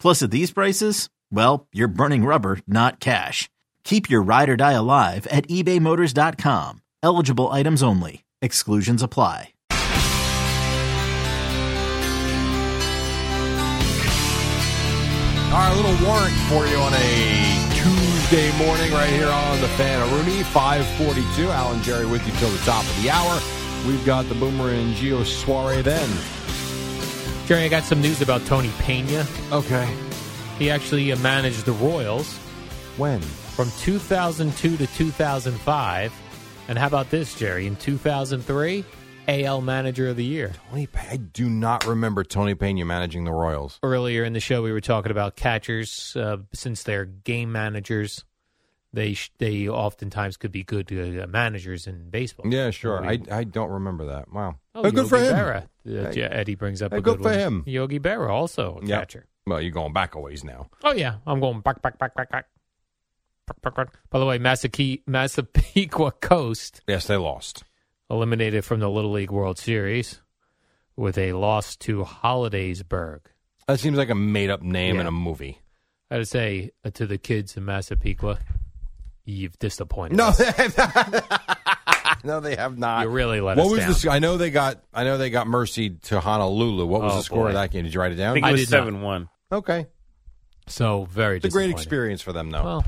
Plus, at these prices, well, you're burning rubber, not cash. Keep your ride or die alive at ebaymotors.com. Eligible items only. Exclusions apply. All right, a little warrant for you on a Tuesday morning right here on the Fan of Rooney, 542. Alan Jerry with you till the top of the hour. We've got the Boomer and Geo soiree then. Jerry, I got some news about Tony Pena. Okay. He actually uh, managed the Royals When? from 2002 to 2005. And how about this, Jerry? In 2003, AL Manager of the Year. Tony Payne. I do not remember Tony Pena managing the Royals. Earlier in the show, we were talking about catchers. Uh, since they're game managers, they sh- they oftentimes could be good uh, managers in baseball. Yeah, sure. We- I, I don't remember that. Wow. Oh, But Yogi good for him. Berra. Uh, Hey. Eddie brings up Hey, a good good, for one. him. Yogi Berra, also a Yeah. catcher. Well, you're going back a ways now. Oh yeah, I'm going back, back, back, back, back, back, back, back. By the way, Massaqui- Massapequa Coast Yes, they lost. eliminated from the Little League World Series with a loss to Hollidaysburg. That seems like a made up name in Yeah. a movie. I would say uh, to the kids in Massapequa, you've disappointed. No, us. they have not. no, they have not. you really let what us was down. the? sc- I know they got. I know they got mercy to Honolulu. What was Oh, the score boy. of that game? Did you write it I down? think it I was did not. seven one. okay, so very. it's a great disappointed. experience for them, though. Well,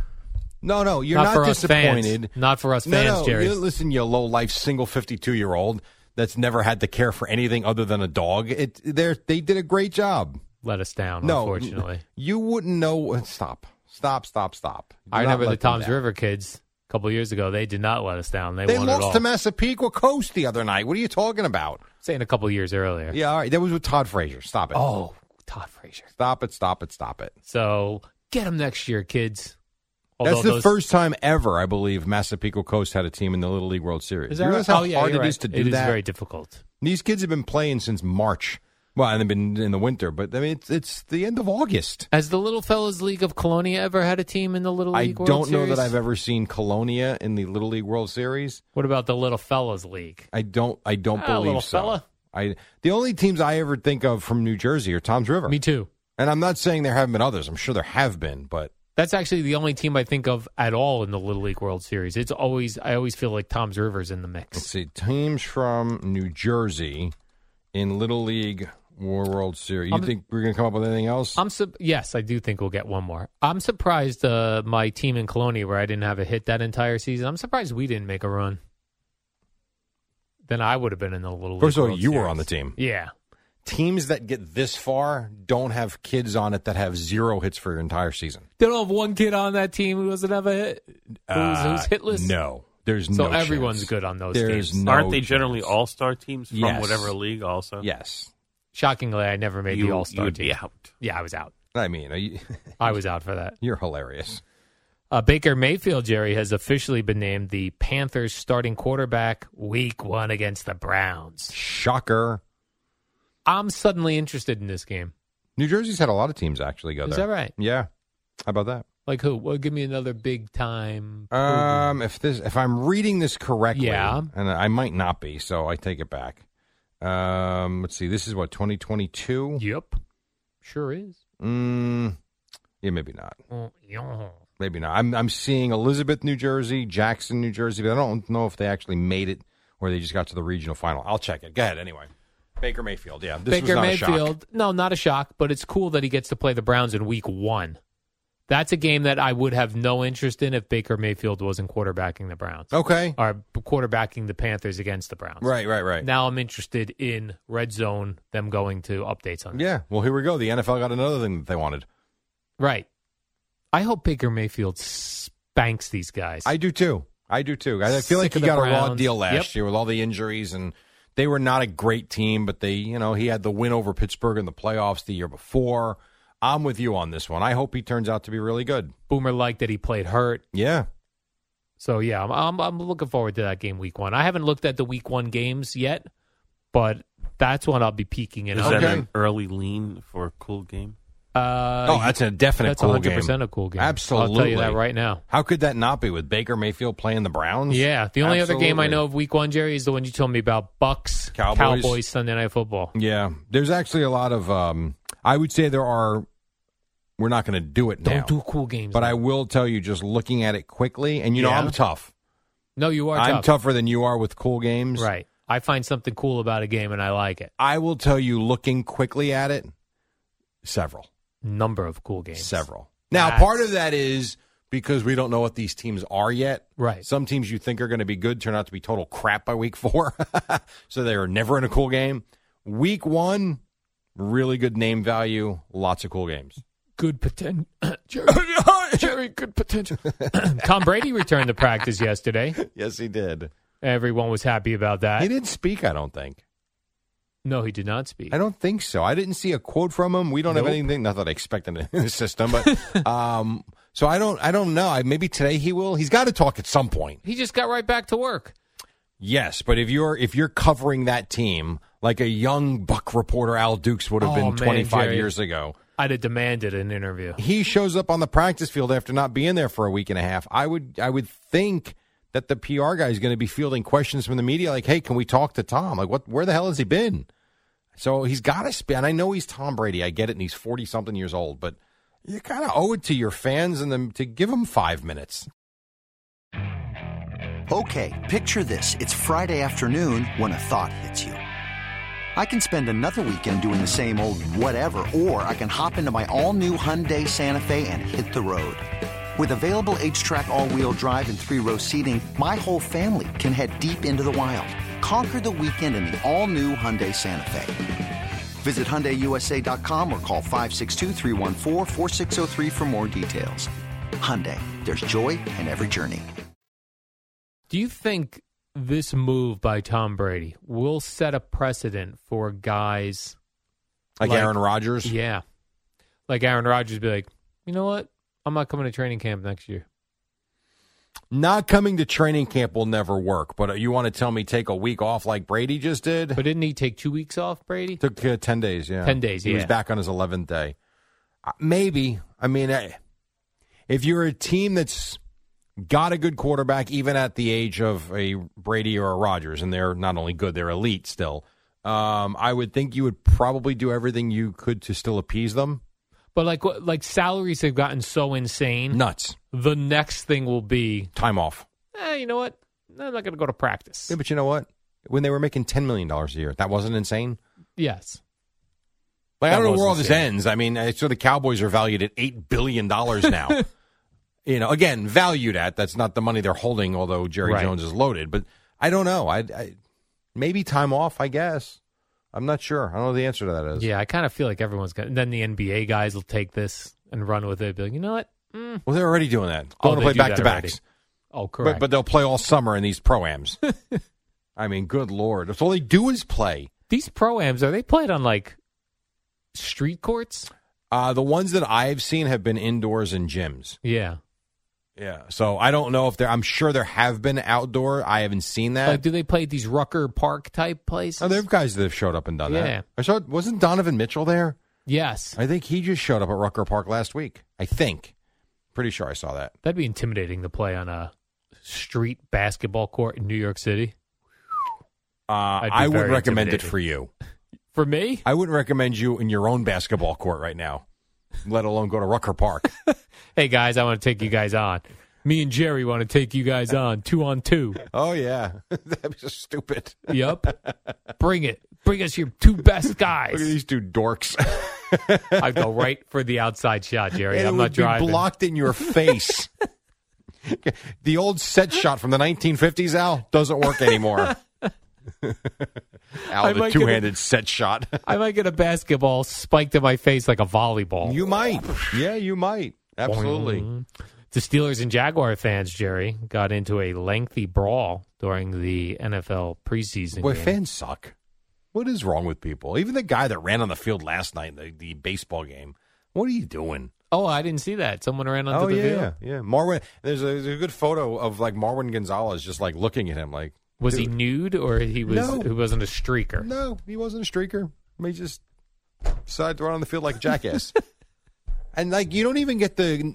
no, no, you're not, not, for us disappointed. fans. Not for us no, fans, no, Jerry. you- listen, you low life single fifty two year old that's never had to care for anything other than a dog. It they they did a great job. let us down. No, unfortunately, you wouldn't know. Stop, stop, stop, stop. Do I not remember let the them Tom's down. River kids a couple years ago. They did not let us down. They, They won it all. lost to Massapequa Coast the other night. What are you talking about? Saying a couple years earlier. Yeah, all right. That was with Todd Frazier. Stop it. Oh, Todd Frazier. Stop it, stop it, stop it. So get them next year, kids. That's the those- first time ever, I believe, Massapequa Coast had a team in the Little League World Series. Is You that realize right? how oh, yeah, hard you're it is right. to do It is that? very difficult. These kids have been playing since March. Well, and they've been in the winter, but I mean, it's, it's the end of August. Has the Little Fellas League of Colonia ever had a team in the Little I League World don't know Series? that I've ever seen Colonia in the Little League World Series. What about the Little Fellas League? I don't. I don't Ah, believe little so. fella. I the only teams I ever think of from New Jersey are Tom's River, Me too. and I'm not saying there haven't been others. I'm sure there have been, but That's actually the only team I think of at all in the Little League World Series. It's always I always feel like Tom's River's in the Let's mix. see. Teams from New Jersey in Little League War World Series. You I'm- think we're going to come up with anything else? I'm sub- yes, I do think we'll get one more. I'm surprised uh, my team in Colonia, where I didn't have a hit that entire season. I'm surprised we didn't make a run. Then I would have been in the Little League. First of all, World you were Series. on the team. Yeah, Teams that get this far don't have kids on it that have zero hits for your entire season. They don't have one kid on that team who doesn't have a hit. Who's, who's hitless? Uh, No. There's So no everyone's chance. good on those There's teams. No Aren't they generally chance. all star teams from Yes. whatever league? Also, Yes. Shockingly, I never made you, the All you Star would team. be out. Yeah, I was out. I mean, are you- I was out for that. you're hilarious. Uh, Baker Mayfield, Jerry, has officially been named the Panthers starting quarterback week one against the Browns. Shocker. I'm suddenly interested in this game. New Jersey's had a lot of teams actually go Is there. that right? Yeah. How about that? Like who? Well, give me another big time. Um, if this, if I'm reading this correctly, Yeah. and I might not be, so I take it back. Um, let's see. This is what 2022. Yep, sure is. Mm, yeah, maybe not. Oh, yeah. Maybe not. I'm I'm seeing Elizabeth, New Jersey, Jackson, New Jersey, but I don't know if they actually made it or they just got to the regional final. I'll check it. Go ahead anyway. Baker Mayfield. Yeah, this was Baker not A shock. Mayfield. No, not a shock, but it's cool that he gets to play the Browns in Week One. That's a game that I would have no interest in if Baker Mayfield wasn't quarterbacking the Browns Okay. or quarterbacking the Panthers against the Browns. Right. Right. Right. Now I'm interested in red zone. Them going to updates on that. Yeah. Well, here we go. The NFL got another thing that they wanted. Right. I hope Baker Mayfield spanks these guys. I do too. I do too. I I feel like Sick of he the got a raw Browns. deal last Yep. year with all the injuries, and they were not a great team, but they, you know, he had the win over Pittsburgh in the playoffs the year before. I'm with you on this one. I hope he turns out to be really good. Boomer liked that he played hurt. Yeah. So yeah, I'm, I'm I'm looking forward to that game week one. I haven't looked at the week one games yet, but that's when I'll be peeking in. Is on. that Okay. an early lean for a cool game? Uh, oh, that's a definite that's cool 100 percent game. a cool game. Absolutely. I'll tell you that right now. How could that not be with Baker Mayfield playing the Browns? Yeah, the only other game I Absolutely. know of week one, Jerry, is the one you told me about: Bucks Cowboys. Sunday Night Football. Yeah. There's actually a lot of, um, I would say there are, we're not going to do it now. Don't do cool games, but man. I will tell you, just looking at it quickly, and you know, Yeah. I'm tough. no, you are I'm tough. tougher than you are with cool games. Right, I find something cool about a game and I like it. I will tell you, looking quickly at it, several, Number of cool games, several. Now, That's- part of that is because we don't know what these teams are yet. Right. Some teams you think are going to be good turn out to be total crap by week four, so they are never in a cool game. Week one, really good name value, lots of cool games. good potential. Jerry, Jerry, good potential. Tom Brady returned to practice yesterday. yes, he did. Everyone was happy about that. He didn't speak. I don't think. No, he did not speak. I don't think so. I didn't see a quote from him. We don't have Nope. anything. Not that I expect in the system, but um, so I don't. I don't know. I, maybe today he will. He's got to talk at some point. He just got right back to work. Yes, but if you're if you're covering that team like a young buck reporter, Al Dukes would have Oh, been man, 25 Jerry. years ago. I'd have demanded an interview. He shows up on the practice field after not being there for a week and a half. I would I would think that the PR guy is going to be fielding questions from the media like, "Hey, can we talk to Tom? Like, what? Where the hell has he been?" So he's got to spend. I know he's Tom Brady. I get it, and he's 40 something years old, but you kind of owe it to your fans and them to give him five minutes. Okay, picture this. It's Friday afternoon when a thought hits you. I can spend another weekend doing the same old whatever, or I can hop into my all new Hyundai Santa Fe and hit the road. With available H track, all wheel drive, and three row seating, my whole family can head deep into the wild. Conquer the weekend in the all new Hyundai Santa Fe. Visit HyundaiUSA.com or call 562-314-4603 for more details. Hyundai, there's joy in every journey. Do you think this move by Tom Brady will set a precedent for guys? Like, Like- Aaron Rodgers. Yeah. Like Aaron Rodgers be like, you know what? I'm not coming to training camp next year. Not coming to training camp will never work, but you want to tell me take a week off like Brady just did? But didn't he take two weeks off, Brady? Took uh, 10 days, yeah. 10 days, He was yeah. back on his 11th day. Uh, maybe. I mean, I, if you're a team that's got a good quarterback, even at the age of a Brady or a Rodgers, and they're not only good, they're elite still, um, I would think you would probably do everything you could to still appease them. But like, what, like salaries have gotten so insane. Nuts. The next thing will be Time off. eh, you know what? I'm not going to go to practice. Yeah, but you know what? When they were making $10 million a year, that wasn't insane. Yes. Like, I That don't know where all wasn't this fair. ends. I mean, I- so the Cowboys are valued at eight billion dollars now. you know, again, valued at that's not the money they're holding. Although Jerry Right. Jones is loaded, but I don't know. I, I maybe time off. I guess I'm not sure. I don't know what the answer to that is. Yeah, I kind of feel like everyone's going to. Then the NBA guys will take this and run with it. Be like, you know what? Mm. Well, they're already doing that. I Oh, want they to play do that back to backs, Oh, correct. but but they'll play all summer in these proams. I mean, good lord! That's all they do is play. these proams, are they played on like street courts? Uh, the ones that I've seen have been indoors in gyms. Yeah. Yeah. So I don't know if there. I'm sure there have been outdoor. I haven't seen that. like, do they play at these Rucker Park type places? Oh, there are guys that have showed up and done Yeah. that. I saw. Wasn't Donovan Mitchell there? yes. I think he just showed up at Rucker Park last week. I think. Pretty sure I saw that. That'd be intimidating to play on a street basketball court in New York City. Uh, be I would very recommend it intimidated. for you. For me, I wouldn't recommend you in your own basketball court right now, let alone go to Rucker Park. hey guys, I want to take you guys on. Me and Jerry want to take you guys on two on two. oh yeah, that'd be just stupid. Yep, bring it. Bring us your two best Look at guys. these two dorks. I'd go right for the outside shot, Jerry. And it I'm would not driving. Be blocked in your face. the old set shot from the 1950s, Al, doesn't work anymore. Al, I the might get a- two-handed set shot. I might get a basketball spiked in my face like a volleyball. you might. Yeah, you might. Absolutely. The Steelers and Jaguar fans, Jerry, got into a lengthy brawl during the NFL preseason. Boy, game. fans suck. What is wrong with people? Even the guy that ran on the field last night in the, the baseball game. What are you doing? oh, I didn't see that. Someone ran onto oh the yeah, field. yeah, yeah. Marwin, there's a, there's a good photo of like Marwin Gonzalez just like looking at him, like, Was he nude or he was No. he wasn't a streaker? no, he wasn't a streaker. He just decided to run on the field like a jackass. and like, you don't even get the,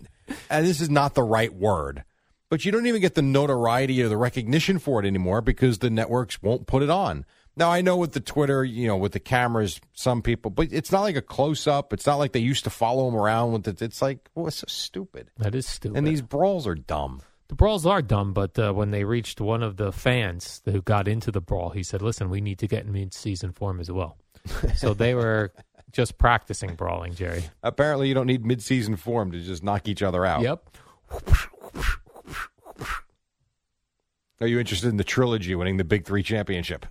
and this is not the right word, but you don't even get the notoriety or the recognition for it anymore because the networks won't put it on. Now I know with the Twitter, you know, with the cameras, some people, but it's not like a close up. It's not like they used to follow him around with it. It's like, well, it's so stupid. That is stupid. And these brawls are dumb. the brawls are dumb, but uh, when they reached one of the fans who got into the brawl, he said, "Listen, we need to get in mid-season form as well." so they were just practicing brawling, Jerry. Apparently, you don't need midseason form to just knock each other out. Yep. Are you interested in the trilogy winning the Big Three championship?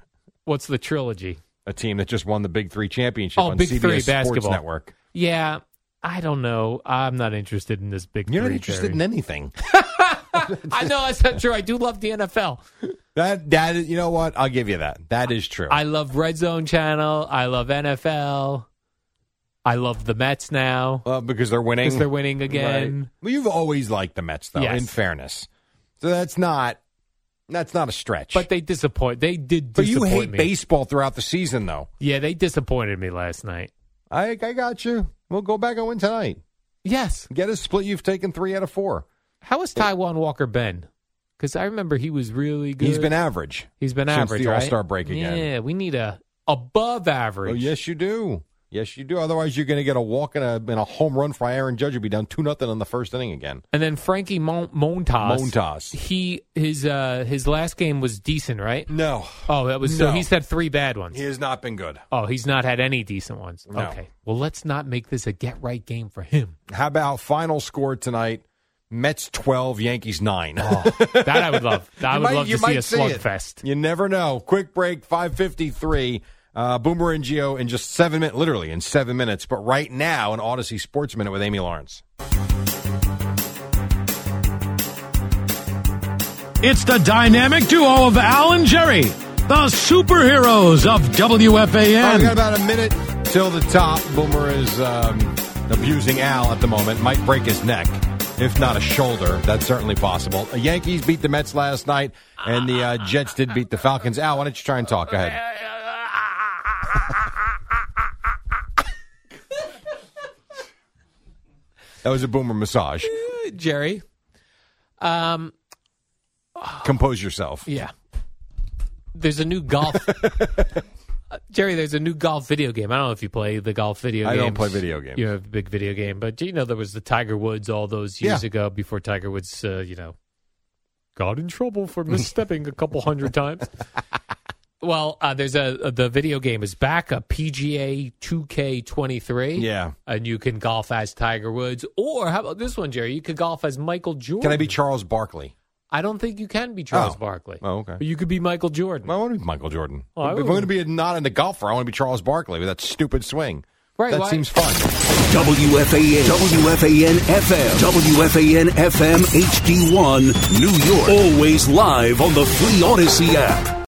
What's the trilogy? A team that just won the Big Three championship Oh, on Big CBS Three Sports basketball. Network. Yeah, I don't know. I'm not interested in this big. You're not three, interested Jerry. in anything. I know that's not true. I do love the NFL. that that is, you know what? I'll give you that. That is true. I love Red Zone Channel. I love NFL. I love the Mets now uh, because they're winning. because they're winning again. Right. Well, you've always liked the Mets, though. Yes. In fairness, so that's not that's not a stretch. But they disappoint. They did but you disappoint hate me. baseball throughout the season, though. yeah, they disappointed me last night. I I got you. We'll go back and win tonight. Yes. Get a split. You've taken three out of four. How has Taiwan Walker been? Because I remember he was really good. He's been average. He's been since average. the right? All-Star break again. Yeah, we need a above average. Oh, yes, you do. Yes, you do. Otherwise, you're going to get a walk and a, and a home run for Aaron Judge. You'll be down two nothing in the first inning again. And then Frankie Mon- Montas. Montas. He his uh his last game was decent, right? No, Oh, that was Mm-hmm. No. so he's had three bad ones. has not been good. Oh, he's not had any decent ones. No. Okay. Well, let's not make this a get right game for him. How about final score tonight? Mets twelve, Yankees nine. That I would love. I You would might- love you to see a might it. slugfest. You never know. Quick break, five fifty three. Uh, Boomer and Geo in just seven minutes, literally in seven minutes. But right now, an Odyssey Sports Minute with Amy Lawrence. It's the dynamic duo of Al and Jerry, the superheroes of Oh, we got WFAN. about a minute till the top. Boomer is um, abusing Al at the moment. Might break his neck, if not a shoulder. That's certainly possible. The Yankees beat the Mets last night, and the uh, Jets did beat the Falcons. Al, why don't you try and talk? Go ahead. That was a Boomer massage. Jerry. Um Compose yourself. yeah. There's a new golf Uh, Jerry, there's a new golf video game. I don't know if you play the golf video I games. don't play video games. You have a big video game, but do you know there was the Tiger Woods all those years Yeah. ago before Tiger Woods, uh, you know, got in trouble for misstepping a couple hundred times. Well, uh, there's a, a- the video game is back a PGA 2K23. Yeah. and you can golf as Tiger Woods, or how about this one, Jerry? You could golf as Michael Jordan. Can I be Charles Barkley? I don't think you can be Charles Oh. Barkley. Oh, okay. But you could be Michael Jordan. I want to be Michael Jordan. Oh, I if I'm would- going to be not into golfer, I want to be Charles Barkley with that stupid swing. Right, That why- seems fun. WFAN, WFAN FM, WFAN FM HD1, New York. Always live on the Free Odyssey app.